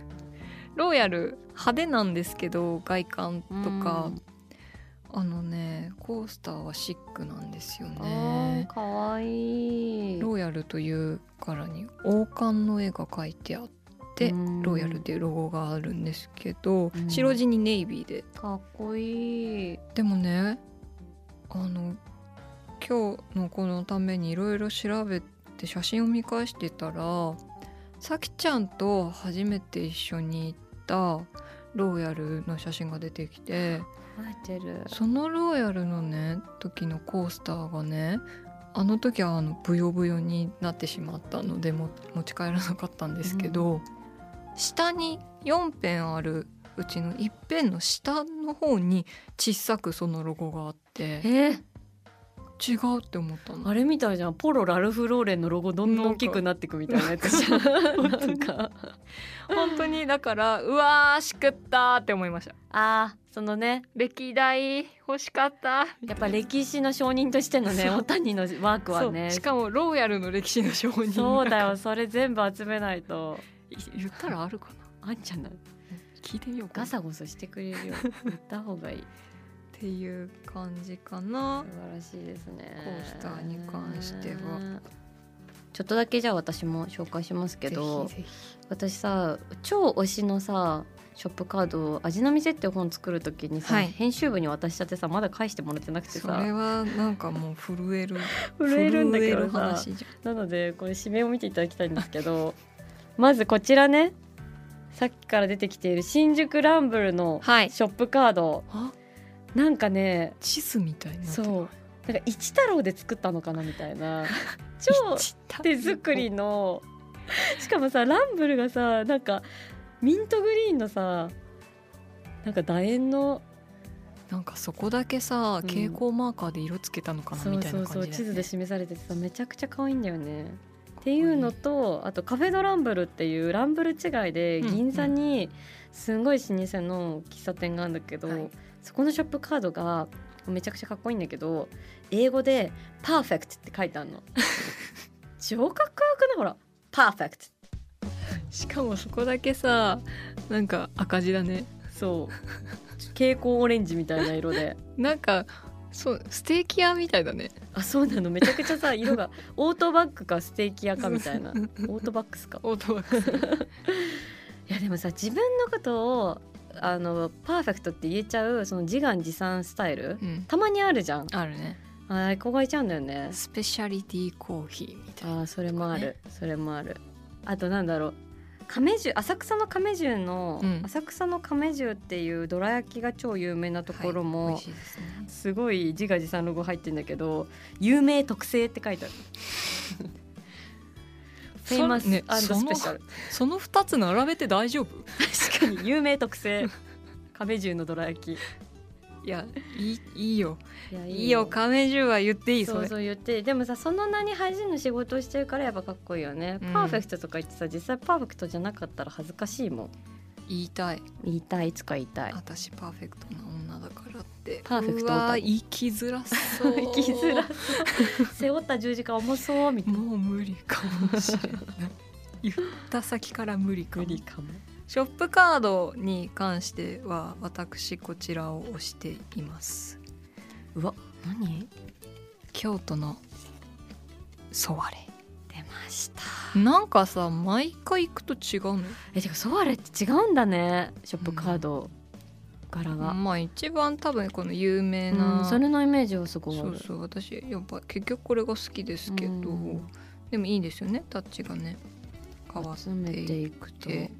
[SPEAKER 3] ローヤル派手なんですけど外観とか
[SPEAKER 2] うん
[SPEAKER 3] あのねコースターはシックなんですよ
[SPEAKER 2] あー
[SPEAKER 3] ね
[SPEAKER 2] かわいい
[SPEAKER 3] ローヤルというからに王冠の絵が描いてあって
[SPEAKER 2] うん
[SPEAKER 3] ローヤルっていうロゴがあるんですけど
[SPEAKER 2] うん
[SPEAKER 3] 白地にネイビーで
[SPEAKER 2] かっこいい
[SPEAKER 3] でもねあの今日のこのためにいろいろ調べて写真を見返してたらさきちゃんと初めて一緒に行ったローヤルの写真が出てきて
[SPEAKER 2] 生えてる
[SPEAKER 3] そのローヤルのね時のコースターがねあの時はあのブヨブヨになってしまったのでも持ち帰らなかったんですけど、下に4ペンあるうちの1ペンの下の方に小さくそのロゴがあって
[SPEAKER 2] えー
[SPEAKER 3] 違うって思ったの
[SPEAKER 2] あれみたいじゃんポロラルフローレンのロゴどんどん大きくなっていくみたいなやつじゃん [laughs] なんか
[SPEAKER 3] 本当にだからうわーしくったーって思いました
[SPEAKER 2] あーそのね
[SPEAKER 3] 歴代欲しかった
[SPEAKER 2] やっぱ歴史の証人としてのね
[SPEAKER 3] そう
[SPEAKER 2] オタニのワークはね
[SPEAKER 3] そうしかもローヤルの歴史の証人
[SPEAKER 2] そうだよそれ全部集めないと
[SPEAKER 3] 言ったらあるかな
[SPEAKER 2] あんちゃんない
[SPEAKER 3] 聞いてみようか
[SPEAKER 2] ガ
[SPEAKER 3] な
[SPEAKER 2] サゴソしてくれ [laughs] るよ言った方がいい
[SPEAKER 3] っていう感じかな
[SPEAKER 2] 素晴らしいですね
[SPEAKER 3] コースターに関しては
[SPEAKER 2] ちょっとだけじゃあ私も紹介しますけど
[SPEAKER 3] ぜひぜ
[SPEAKER 2] 私さ超推しのさショップカードを「味の店」っていう本作る時にさ、
[SPEAKER 3] はい
[SPEAKER 2] 編集部に渡しちゃってさまだ返してもらってなく
[SPEAKER 3] ひ
[SPEAKER 2] て
[SPEAKER 3] それ
[SPEAKER 2] さ
[SPEAKER 3] はなんかもう震える
[SPEAKER 2] 震えるんだけ
[SPEAKER 3] 震え
[SPEAKER 2] ど
[SPEAKER 3] る
[SPEAKER 2] さ
[SPEAKER 3] 話じゃん
[SPEAKER 2] なのでこれ締めを見ていただきたいんですけど [laughs] まずこちらねさっきから出てきている新宿ランブルの
[SPEAKER 3] はい
[SPEAKER 2] ショップカード、
[SPEAKER 3] あ
[SPEAKER 2] なんかね
[SPEAKER 3] 地図みたいになってる
[SPEAKER 2] そうなんか一太郎で作ったのかなみたいな
[SPEAKER 3] [laughs]
[SPEAKER 2] 超
[SPEAKER 3] ちった
[SPEAKER 2] 手作りのしかもさランブルがさなんかミントグリーンのさなんか楕円の
[SPEAKER 3] なんかそこだけさ
[SPEAKER 2] うん
[SPEAKER 3] 蛍光マーカーで色つけたのかな
[SPEAKER 2] そ
[SPEAKER 3] み
[SPEAKER 2] う
[SPEAKER 3] たい
[SPEAKER 2] そ
[SPEAKER 3] な
[SPEAKER 2] うそ
[SPEAKER 3] 感
[SPEAKER 2] う
[SPEAKER 3] じ
[SPEAKER 2] 地
[SPEAKER 3] だよ
[SPEAKER 2] 図
[SPEAKER 3] ね
[SPEAKER 2] で示されててさめちゃくちゃ可愛いんだよね。っていうのとあとカフェドランブルっていうランブル違いで
[SPEAKER 3] うん
[SPEAKER 2] 銀座にすんごい老舗の喫茶店があるんだけど、
[SPEAKER 3] はい
[SPEAKER 2] そこのショップカードがめちゃくちゃかっこいいんだけど英語で「パーフェクト」って書いてあ
[SPEAKER 3] [laughs]
[SPEAKER 2] るの。超かっこよくないほら「パーフェクト
[SPEAKER 3] しかもそこだけさなんか赤字だね」
[SPEAKER 2] そう蛍光オレンジみたいな色で。
[SPEAKER 3] なんかそうステーキ屋みたいだね
[SPEAKER 2] あそうなのめちゃくちゃさ色がオートバッグかステーキ屋かみたいなオートバックスか
[SPEAKER 3] [laughs] オートバックス
[SPEAKER 2] いやでもさ自分のことをあのパーフェクトって言えちゃうその自願自賛スタイル
[SPEAKER 3] うん
[SPEAKER 2] たまにあるじゃん
[SPEAKER 3] あるね
[SPEAKER 2] あれ子がいちゃうんだよね
[SPEAKER 3] スペシャリティコーヒーみたいな
[SPEAKER 2] あーそれもある、それもあるあとなんだろう亀十浅草の亀十の、
[SPEAKER 3] うん
[SPEAKER 2] 浅草の亀十っていうどら焼きが超有名なところも、
[SPEAKER 3] はい美味しいですね
[SPEAKER 2] すごい自画自賛ロゴ入ってんだけど有名特製って書いてあるフェイマス
[SPEAKER 3] [laughs] それね
[SPEAKER 2] スペシャル
[SPEAKER 3] その二つ並べて大丈夫
[SPEAKER 2] 確かに有名特製亀十のどら焼き
[SPEAKER 3] [laughs] いやいいいいよ
[SPEAKER 2] いや
[SPEAKER 3] [laughs] いいよ亀十は言っていい
[SPEAKER 2] そ
[SPEAKER 3] そうれ
[SPEAKER 2] そう言ってでもさその名に配信の仕事をしてるからやっぱかっこいいよね、
[SPEAKER 3] うん
[SPEAKER 2] パーフェクトとか言ってさ実際パーフェクトじゃなかったら恥ずかしいもん
[SPEAKER 3] 言いたい
[SPEAKER 2] 言いたいいつか言いたい
[SPEAKER 3] 私パーフェクトな女だからって
[SPEAKER 2] パーフェクト
[SPEAKER 3] うわー生きづら [laughs] そう
[SPEAKER 2] 生きづ [laughs] らそう背負った十字架重そうみたいな
[SPEAKER 3] もう無理かもしれない言った先から無理かも
[SPEAKER 2] かも
[SPEAKER 3] ショップカードに関しては私こちらを押しています
[SPEAKER 2] うわ何
[SPEAKER 3] 京都のソワレ
[SPEAKER 2] 出ました
[SPEAKER 3] なんかさ毎回行くと違うの
[SPEAKER 2] えてかソワレって違うんだねショップカード、柄が、
[SPEAKER 3] まあ一番多分この有名な、
[SPEAKER 2] うんそれのイメージはすごいあ
[SPEAKER 3] そう
[SPEAKER 2] る
[SPEAKER 3] そう私やっぱ結局これが好きですけど、
[SPEAKER 2] うん
[SPEAKER 3] でもいいですよねタッチがね可変わっ
[SPEAKER 1] 集めていくと
[SPEAKER 3] て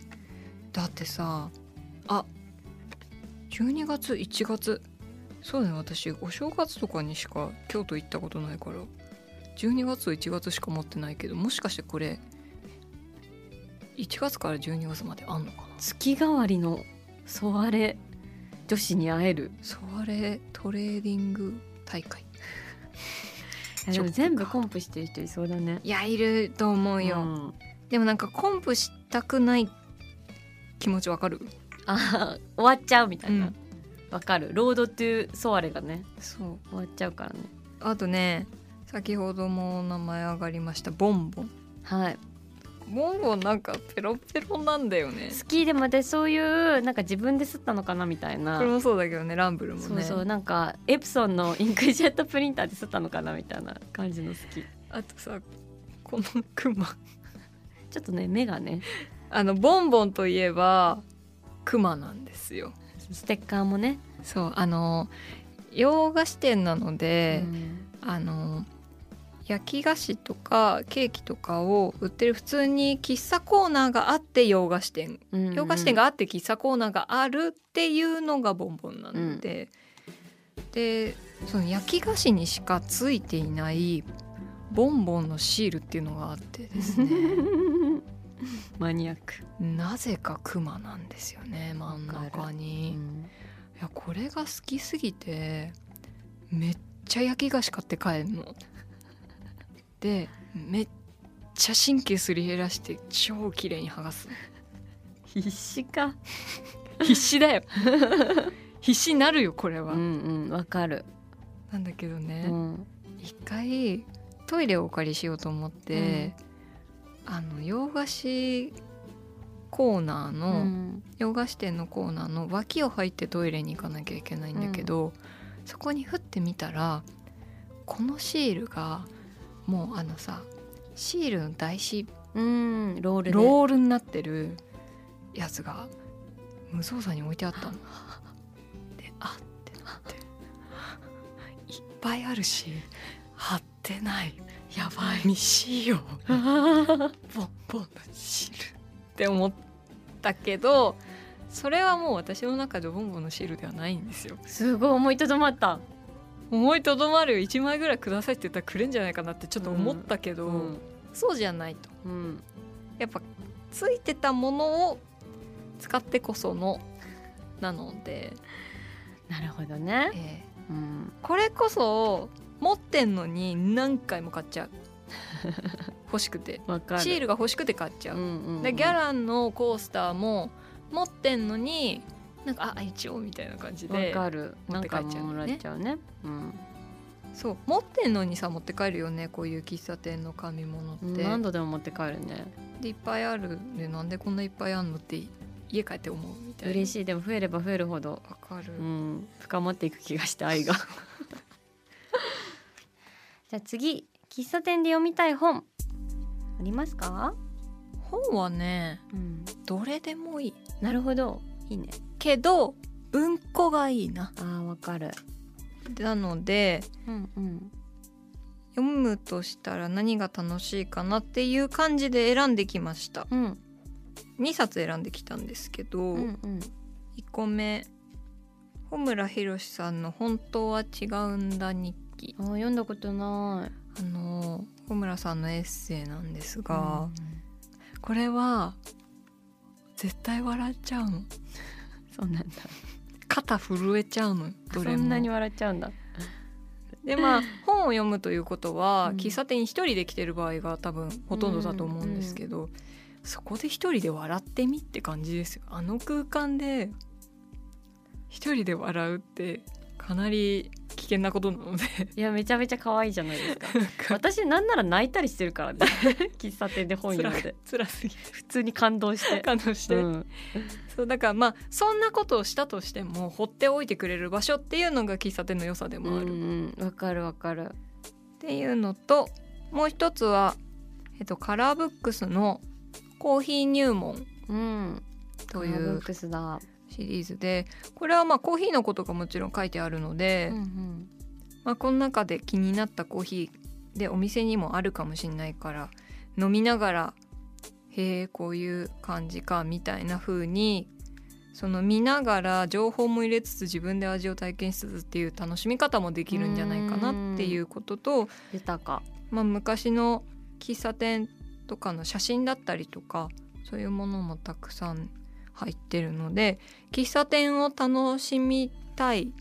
[SPEAKER 3] だってさあ12月1月そうだね私お正月とかにしか京都行ったことないから12月と1月しか持ってないけどもしかしてこれ1月から12月まであんのかな
[SPEAKER 2] 月替わりのソワレ女子に会える
[SPEAKER 3] ソワレトレーディング大会
[SPEAKER 2] いやでも
[SPEAKER 3] ショックか
[SPEAKER 2] 全部コンプしてる人いそうだね
[SPEAKER 3] いやいると思うよ、
[SPEAKER 2] ん、
[SPEAKER 3] でもなんかコンプしたくない気持ちわかる
[SPEAKER 2] あー終わっちゃうみたいな
[SPEAKER 3] う
[SPEAKER 2] わ
[SPEAKER 3] ん、
[SPEAKER 2] かるロードトゥソワレがね
[SPEAKER 3] そう
[SPEAKER 2] 終わっちゃうからね
[SPEAKER 3] あとね先ほども名前上がりましたボンボン
[SPEAKER 2] はい
[SPEAKER 3] ボンボンなんかペロペロなんだよね
[SPEAKER 2] 好きでもでそういうなんか自分で吸ったのかなみたいな
[SPEAKER 3] これもそうだけどねランブルもね
[SPEAKER 2] そうそうなんかエプソンのインクジェットプリンターで吸ったのかなみたいな感じの好き
[SPEAKER 3] あとさこのクマ
[SPEAKER 2] ちょっとね目がね
[SPEAKER 3] あのボンボンといえばクマなんですよ
[SPEAKER 2] ステッカーもね、
[SPEAKER 3] そうあの洋菓子店なので、
[SPEAKER 2] うん
[SPEAKER 3] あの焼き菓子とかケーキとかを売ってる普通に喫茶コーナーがあって洋菓子店
[SPEAKER 2] うんうん
[SPEAKER 3] 洋菓子店があって喫茶コーナーがあるっていうのがボンボンなので、でその焼き菓子にしかついていないボンボンのシールっていうのがあってですね
[SPEAKER 2] [laughs] マニアック、
[SPEAKER 3] なぜかクマなんですよね真ん
[SPEAKER 2] わか
[SPEAKER 3] 中
[SPEAKER 2] う
[SPEAKER 3] に、い
[SPEAKER 2] ん
[SPEAKER 3] やこれが好きすぎてめっちゃ焼き菓子買って帰んのでめっちゃ神経すり減らして超綺麗に剥がす
[SPEAKER 2] 必死か
[SPEAKER 3] 必
[SPEAKER 2] [laughs]
[SPEAKER 3] 死だよ必死になるよこれ
[SPEAKER 2] う
[SPEAKER 3] は、
[SPEAKER 2] んうんわかる、
[SPEAKER 3] なんだけど
[SPEAKER 2] う
[SPEAKER 3] ね、
[SPEAKER 2] ん、
[SPEAKER 3] 一回トイレをお借りしようと思って、あの洋菓子コーナー
[SPEAKER 2] う
[SPEAKER 3] の、
[SPEAKER 2] ん
[SPEAKER 3] 洋菓子店のコーナーの脇を入ってトイレに行かなきゃいけないんだけど、そこにふってみたらこのシールがもうあのさシールの台紙
[SPEAKER 2] うん、ロールで
[SPEAKER 3] ロールになってるやつが無造作に置いてあったの。であってなっていっぱいあるし貼ってないやばい未使用ボンボンの汁って思ったけどそれはもう私の中でボンボンの汁ではないんですよ
[SPEAKER 2] [laughs] すごい思いとどまった、
[SPEAKER 3] 思いとどまる1枚ぐらいくださいって言ったらくれんじゃないかなってちょっと思ったけ
[SPEAKER 2] う
[SPEAKER 3] ど、
[SPEAKER 2] ん
[SPEAKER 3] そうじゃないと
[SPEAKER 2] うん、
[SPEAKER 3] やっぱついてたものを使ってこそのなので、
[SPEAKER 2] なるほどね、
[SPEAKER 3] え
[SPEAKER 2] うん、
[SPEAKER 3] ーこれこそ持ってんのに何回も買っち
[SPEAKER 2] [laughs]
[SPEAKER 3] ゃう欲しくて
[SPEAKER 2] わかる
[SPEAKER 3] シールが欲しくて買っちゃう
[SPEAKER 2] う、んうんうん、
[SPEAKER 3] でギャランのコースターも持ってんのになんかあ一応みたいな感じ
[SPEAKER 2] わ
[SPEAKER 3] で
[SPEAKER 2] かる
[SPEAKER 3] 持
[SPEAKER 2] なん
[SPEAKER 3] って帰
[SPEAKER 2] か
[SPEAKER 3] っちゃう
[SPEAKER 2] も
[SPEAKER 3] んだよね
[SPEAKER 2] らっちゃうねうん
[SPEAKER 3] そう持ってんのにさ持って帰るよねこういう喫茶店の紙物っ
[SPEAKER 2] うん
[SPEAKER 3] て、
[SPEAKER 2] 何度でも持って帰るね
[SPEAKER 3] でいっぱいあるんでなんでこんないっぱいあんのって家帰って思うみたいな
[SPEAKER 2] 嬉しいでも増えれば増えるほど、
[SPEAKER 3] わかる、
[SPEAKER 2] うん、深まっていく気がして愛 [laughs] が
[SPEAKER 1] じゃあ次喫茶店で読みたい本ありますか、
[SPEAKER 3] 本はね
[SPEAKER 1] うん、
[SPEAKER 3] どれでもいい
[SPEAKER 1] なるほどいいね
[SPEAKER 3] けど文庫がいいな
[SPEAKER 1] あーわかる
[SPEAKER 3] なので
[SPEAKER 1] うんうん
[SPEAKER 3] 読むとしたら何が楽しいかなっていう感じで選んできました
[SPEAKER 1] うん
[SPEAKER 3] 2冊選んできたんですけど、
[SPEAKER 1] うんうん
[SPEAKER 3] 1個目穂村博さんの「本当は違うんだ日記
[SPEAKER 1] あー読んだことない」
[SPEAKER 3] あの穂村さんのエッセイなんですが、これは絶対笑っちゃうの
[SPEAKER 2] そうなんだ
[SPEAKER 3] 肩震えちゃうのどれ
[SPEAKER 2] そんなに
[SPEAKER 3] も
[SPEAKER 2] 笑っちゃうんだ
[SPEAKER 3] でまあ本を読むということは、
[SPEAKER 2] うん
[SPEAKER 3] 喫茶店に一人で来てる場合が多分ほとんどだと思うんですけど、そこで一人で笑ってみって感じですよあの空間で一人で笑うってかなり危険なことなので
[SPEAKER 2] いやめちゃめちゃ可愛いじゃないですか
[SPEAKER 3] なんか
[SPEAKER 2] [laughs] 私なんなら泣いたりしてるからね [laughs] 喫茶店で本読んで
[SPEAKER 3] 辛すぎて
[SPEAKER 2] 普通に感動して
[SPEAKER 3] 感動して、
[SPEAKER 2] うん、
[SPEAKER 3] そうだからまあそんなことをしたとしても放っておいてくれる場所っていうのが喫茶店の良さで
[SPEAKER 2] う
[SPEAKER 3] もあるっ
[SPEAKER 2] んうんわかるわかる
[SPEAKER 3] ていうのともう一つは、えっと、カラーブックスの「コーヒー入門
[SPEAKER 2] うん」
[SPEAKER 3] と
[SPEAKER 2] カラー
[SPEAKER 3] い
[SPEAKER 2] ブ
[SPEAKER 3] う
[SPEAKER 2] ックスだ
[SPEAKER 3] シリーズでこれはまあコーヒーのことがもちろん書いてあるので、
[SPEAKER 2] うん
[SPEAKER 3] まあ、この中で気になったコーヒーでお店にもあるかもしれないから飲みながら部へえこういう感じかみたいな風にその見ながら情報も入れつつ自分で味を体験しつつっていう楽しみ方もできるんじゃないかなっていうことと、
[SPEAKER 2] 豊か
[SPEAKER 3] まあ、昔の喫茶店とかの写真だったりとかそういうものもたくさん入ってるので喫茶店を楽しみたい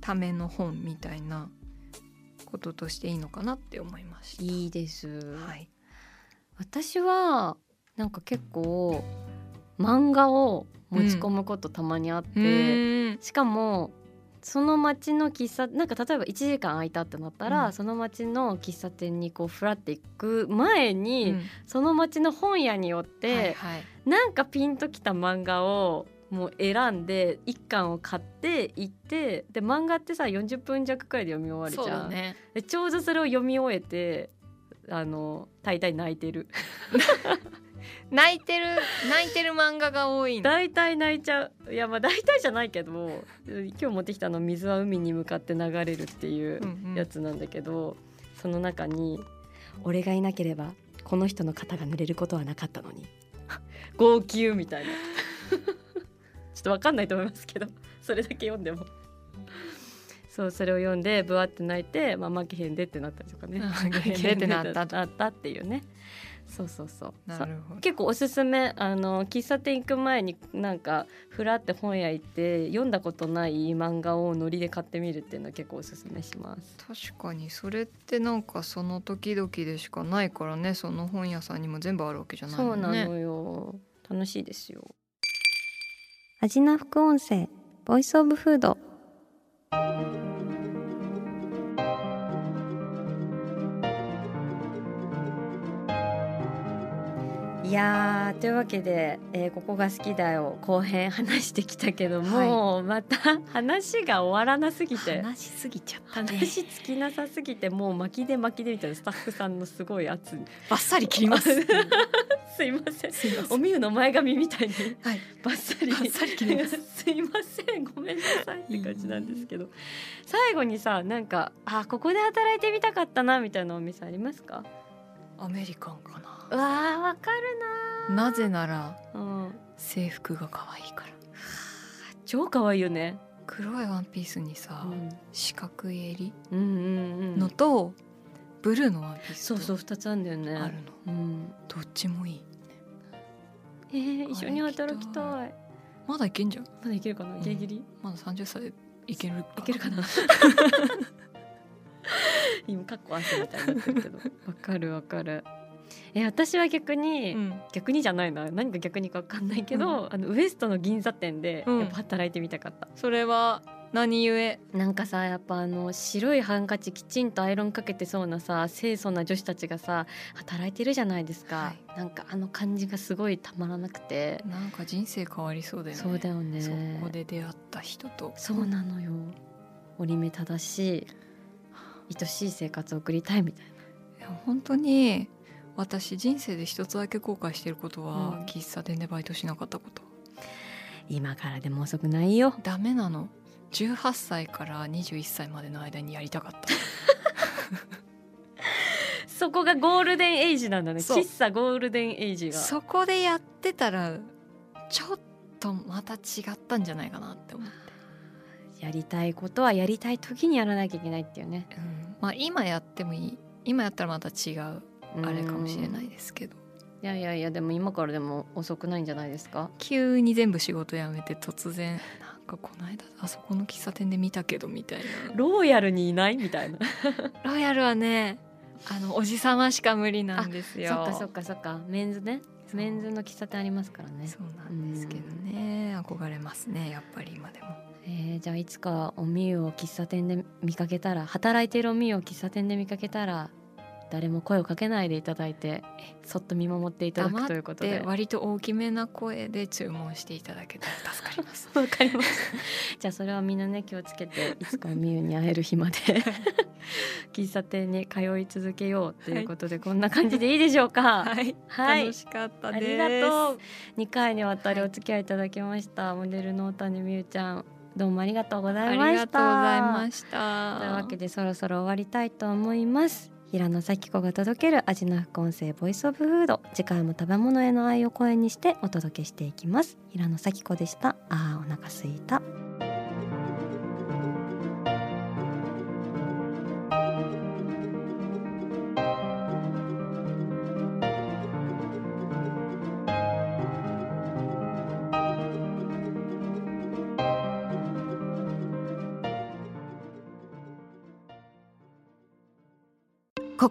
[SPEAKER 3] ための本みたいなこととしていいのかなって思いました。
[SPEAKER 2] いいです、
[SPEAKER 3] はい、
[SPEAKER 2] 私はなんか結構漫画を持ち込むことたまにあって、
[SPEAKER 3] うん
[SPEAKER 2] しかもその町の喫茶なんか例えば1時間空いたってなったら、
[SPEAKER 3] うん
[SPEAKER 2] その町の喫茶店にこうふらっていく前に、
[SPEAKER 3] うん
[SPEAKER 2] その町の本屋によって、
[SPEAKER 3] はいはい
[SPEAKER 2] なんかピンときた漫画をもう選んで一巻を買って行ってで漫画ってさ40分弱くらいで読み終わるじゃん、
[SPEAKER 3] ね
[SPEAKER 2] でちょうどそれを読み終えてあの大体泣いてる
[SPEAKER 3] 泣いてる泣いてる漫画が多いの
[SPEAKER 2] 大体泣いちゃういやまあ大体じゃないけど今日持ってきたの水は海に向かって流れるっていう
[SPEAKER 3] うんうん
[SPEAKER 2] やつなんだけど、その中に「俺がいなければこの人の肩が濡れることはなかったの
[SPEAKER 3] [laughs]
[SPEAKER 2] に」号泣みたいなちょっとわかんないと思いますけどそれだけ読んでもそうそれを読んでぶわって泣いて、まあ、負けへんでってなったりとかね
[SPEAKER 3] 負けへんでってなった
[SPEAKER 2] なったっていうねそうそうそう
[SPEAKER 3] なるほど
[SPEAKER 2] [laughs] 結構おすすめあの喫茶店行く前になんかふらって本屋行って読んだことない漫画をノリで買ってみるっていうのは結構おすすめします。
[SPEAKER 3] 確かにそれってなんかその時々でしかないからねその本屋さんにも全部あるわけじゃない
[SPEAKER 2] そう
[SPEAKER 3] もん
[SPEAKER 2] な
[SPEAKER 3] ね
[SPEAKER 2] のよ、楽しいですよ。
[SPEAKER 1] アジナ副音声ボイスオブフード
[SPEAKER 2] いやーというわけで、えーここが好きだよ」後編話してきたけども、また話が終わらなすぎて
[SPEAKER 3] 話しすぎちゃったね
[SPEAKER 2] 話尽きなさすぎてもう巻きで巻きでみたいなスタッフさんのすごい圧に
[SPEAKER 3] バッサリ切ります
[SPEAKER 2] [laughs] すいません
[SPEAKER 3] すいませ
[SPEAKER 2] お
[SPEAKER 3] ん
[SPEAKER 2] みゆの前髪みたいに
[SPEAKER 3] はい
[SPEAKER 2] バッサリ
[SPEAKER 3] バッサリ切ります
[SPEAKER 2] [laughs] すいませんごめんなさいって感じなんですけど最後にさなんかあここで働いてみたかったなみたいなお店ありますか
[SPEAKER 3] アメリカンかな
[SPEAKER 2] うわーわかる
[SPEAKER 3] なぜなら
[SPEAKER 2] な、うん、
[SPEAKER 3] 制服が可愛いから
[SPEAKER 2] 超可愛いよね、
[SPEAKER 3] 黒いワンピースにさ、
[SPEAKER 2] うん、
[SPEAKER 3] 四角い襟
[SPEAKER 2] うんうんうん
[SPEAKER 3] のと、ブルーのワンピース
[SPEAKER 2] そ
[SPEAKER 3] と
[SPEAKER 2] うそう二つあんだよね
[SPEAKER 3] あるの
[SPEAKER 2] うん、
[SPEAKER 3] どっちもいい
[SPEAKER 2] えー、一緒に働き
[SPEAKER 3] あ
[SPEAKER 2] たい
[SPEAKER 3] まだいけんじゃん
[SPEAKER 2] まだいけるかなギリギリ、
[SPEAKER 3] まだ30歳いける
[SPEAKER 2] いけるかな今かっこ汗みたいになってるけど [laughs] わかるわかるえ私は逆に、
[SPEAKER 3] うん
[SPEAKER 2] 逆にじゃないな何が逆にか分かんないけど、あのウエストの銀座店で
[SPEAKER 3] うん
[SPEAKER 2] やっぱ働いてみたかった、
[SPEAKER 3] それは何故
[SPEAKER 2] なんかさやっぱあの白いハンカチきちんとアイロンかけてそうなさ清楚な女子たちがさ働いてるじゃないですか、なんかあの感じがすごいたまらなくて、
[SPEAKER 3] なんか人生変わりそうだよね
[SPEAKER 2] そうだよね
[SPEAKER 3] そこで出会った人と
[SPEAKER 2] そうなのよ折り目正しい愛しい生活を送りたいみたい
[SPEAKER 3] いや本当に私人生で一つだけ後悔してることは、
[SPEAKER 2] うん
[SPEAKER 3] 喫茶店でバイトしなかったこと
[SPEAKER 2] な今からでも遅くないよ
[SPEAKER 3] ダメなの18歳から21歳までの間にやりたかった
[SPEAKER 2] そこがゴールデンエイジなんだね
[SPEAKER 3] そう
[SPEAKER 2] 喫茶ゴールデンエイジが
[SPEAKER 3] [laughs] そこでやってたらちょっとまた違ったんじゃないかなって思う、
[SPEAKER 2] やりたいことはやりたい時にやらなきゃいけないっていうね
[SPEAKER 3] うんまあ今やってもいい今やったらまた違うあれかもしれないいですけど
[SPEAKER 2] いやいやいやでも今からでも遅くないんじゃないですか
[SPEAKER 3] 急に全部仕事辞めて突然なんかこの間あそこの喫茶店で見たけどみたい
[SPEAKER 2] ローヤルにいないみた [laughs] いな
[SPEAKER 3] なロイヤルはねあのおじさましか無理なんですよ
[SPEAKER 2] そっかそっかそっかメンズね
[SPEAKER 3] そう
[SPEAKER 2] メンズの喫茶店ありますからね
[SPEAKER 3] そうなんですけどね憧れますねやっぱり今でも
[SPEAKER 2] えーじゃあいつかおみゆを喫茶店で見かけたら働いているおみゆを喫茶店で見かけたら誰も声をかけないでいただいてそっと見守っていただ
[SPEAKER 3] 黙
[SPEAKER 2] く
[SPEAKER 3] っ
[SPEAKER 2] ということ
[SPEAKER 3] て
[SPEAKER 2] でわ
[SPEAKER 3] 割と大きめな声で注文していただけたら助かります
[SPEAKER 2] かりますじゃあそれはみんなね気をつけていつかおみゆに会える日ま [laughs] で喫茶店に通い続けようということで、こんな感じでいいでしょうか
[SPEAKER 3] はい
[SPEAKER 2] [laughs] [laughs] はい
[SPEAKER 3] 楽しかった
[SPEAKER 2] あ
[SPEAKER 3] です
[SPEAKER 2] りがとう2回にわたりお付き合いいただきました、モデルの大谷美優ちゃんどうもありがとうござ
[SPEAKER 3] あ
[SPEAKER 2] い
[SPEAKER 3] り
[SPEAKER 2] ました
[SPEAKER 3] がとうございまし
[SPEAKER 2] というわ
[SPEAKER 3] た
[SPEAKER 2] けでそろそろ終わりたいと思います平野咲子が届ける味の副音声ボイスオブフード次回も食べ物への愛を声にしてお届けしていきます平野咲子でしたあーお腹すいた
[SPEAKER 5] こ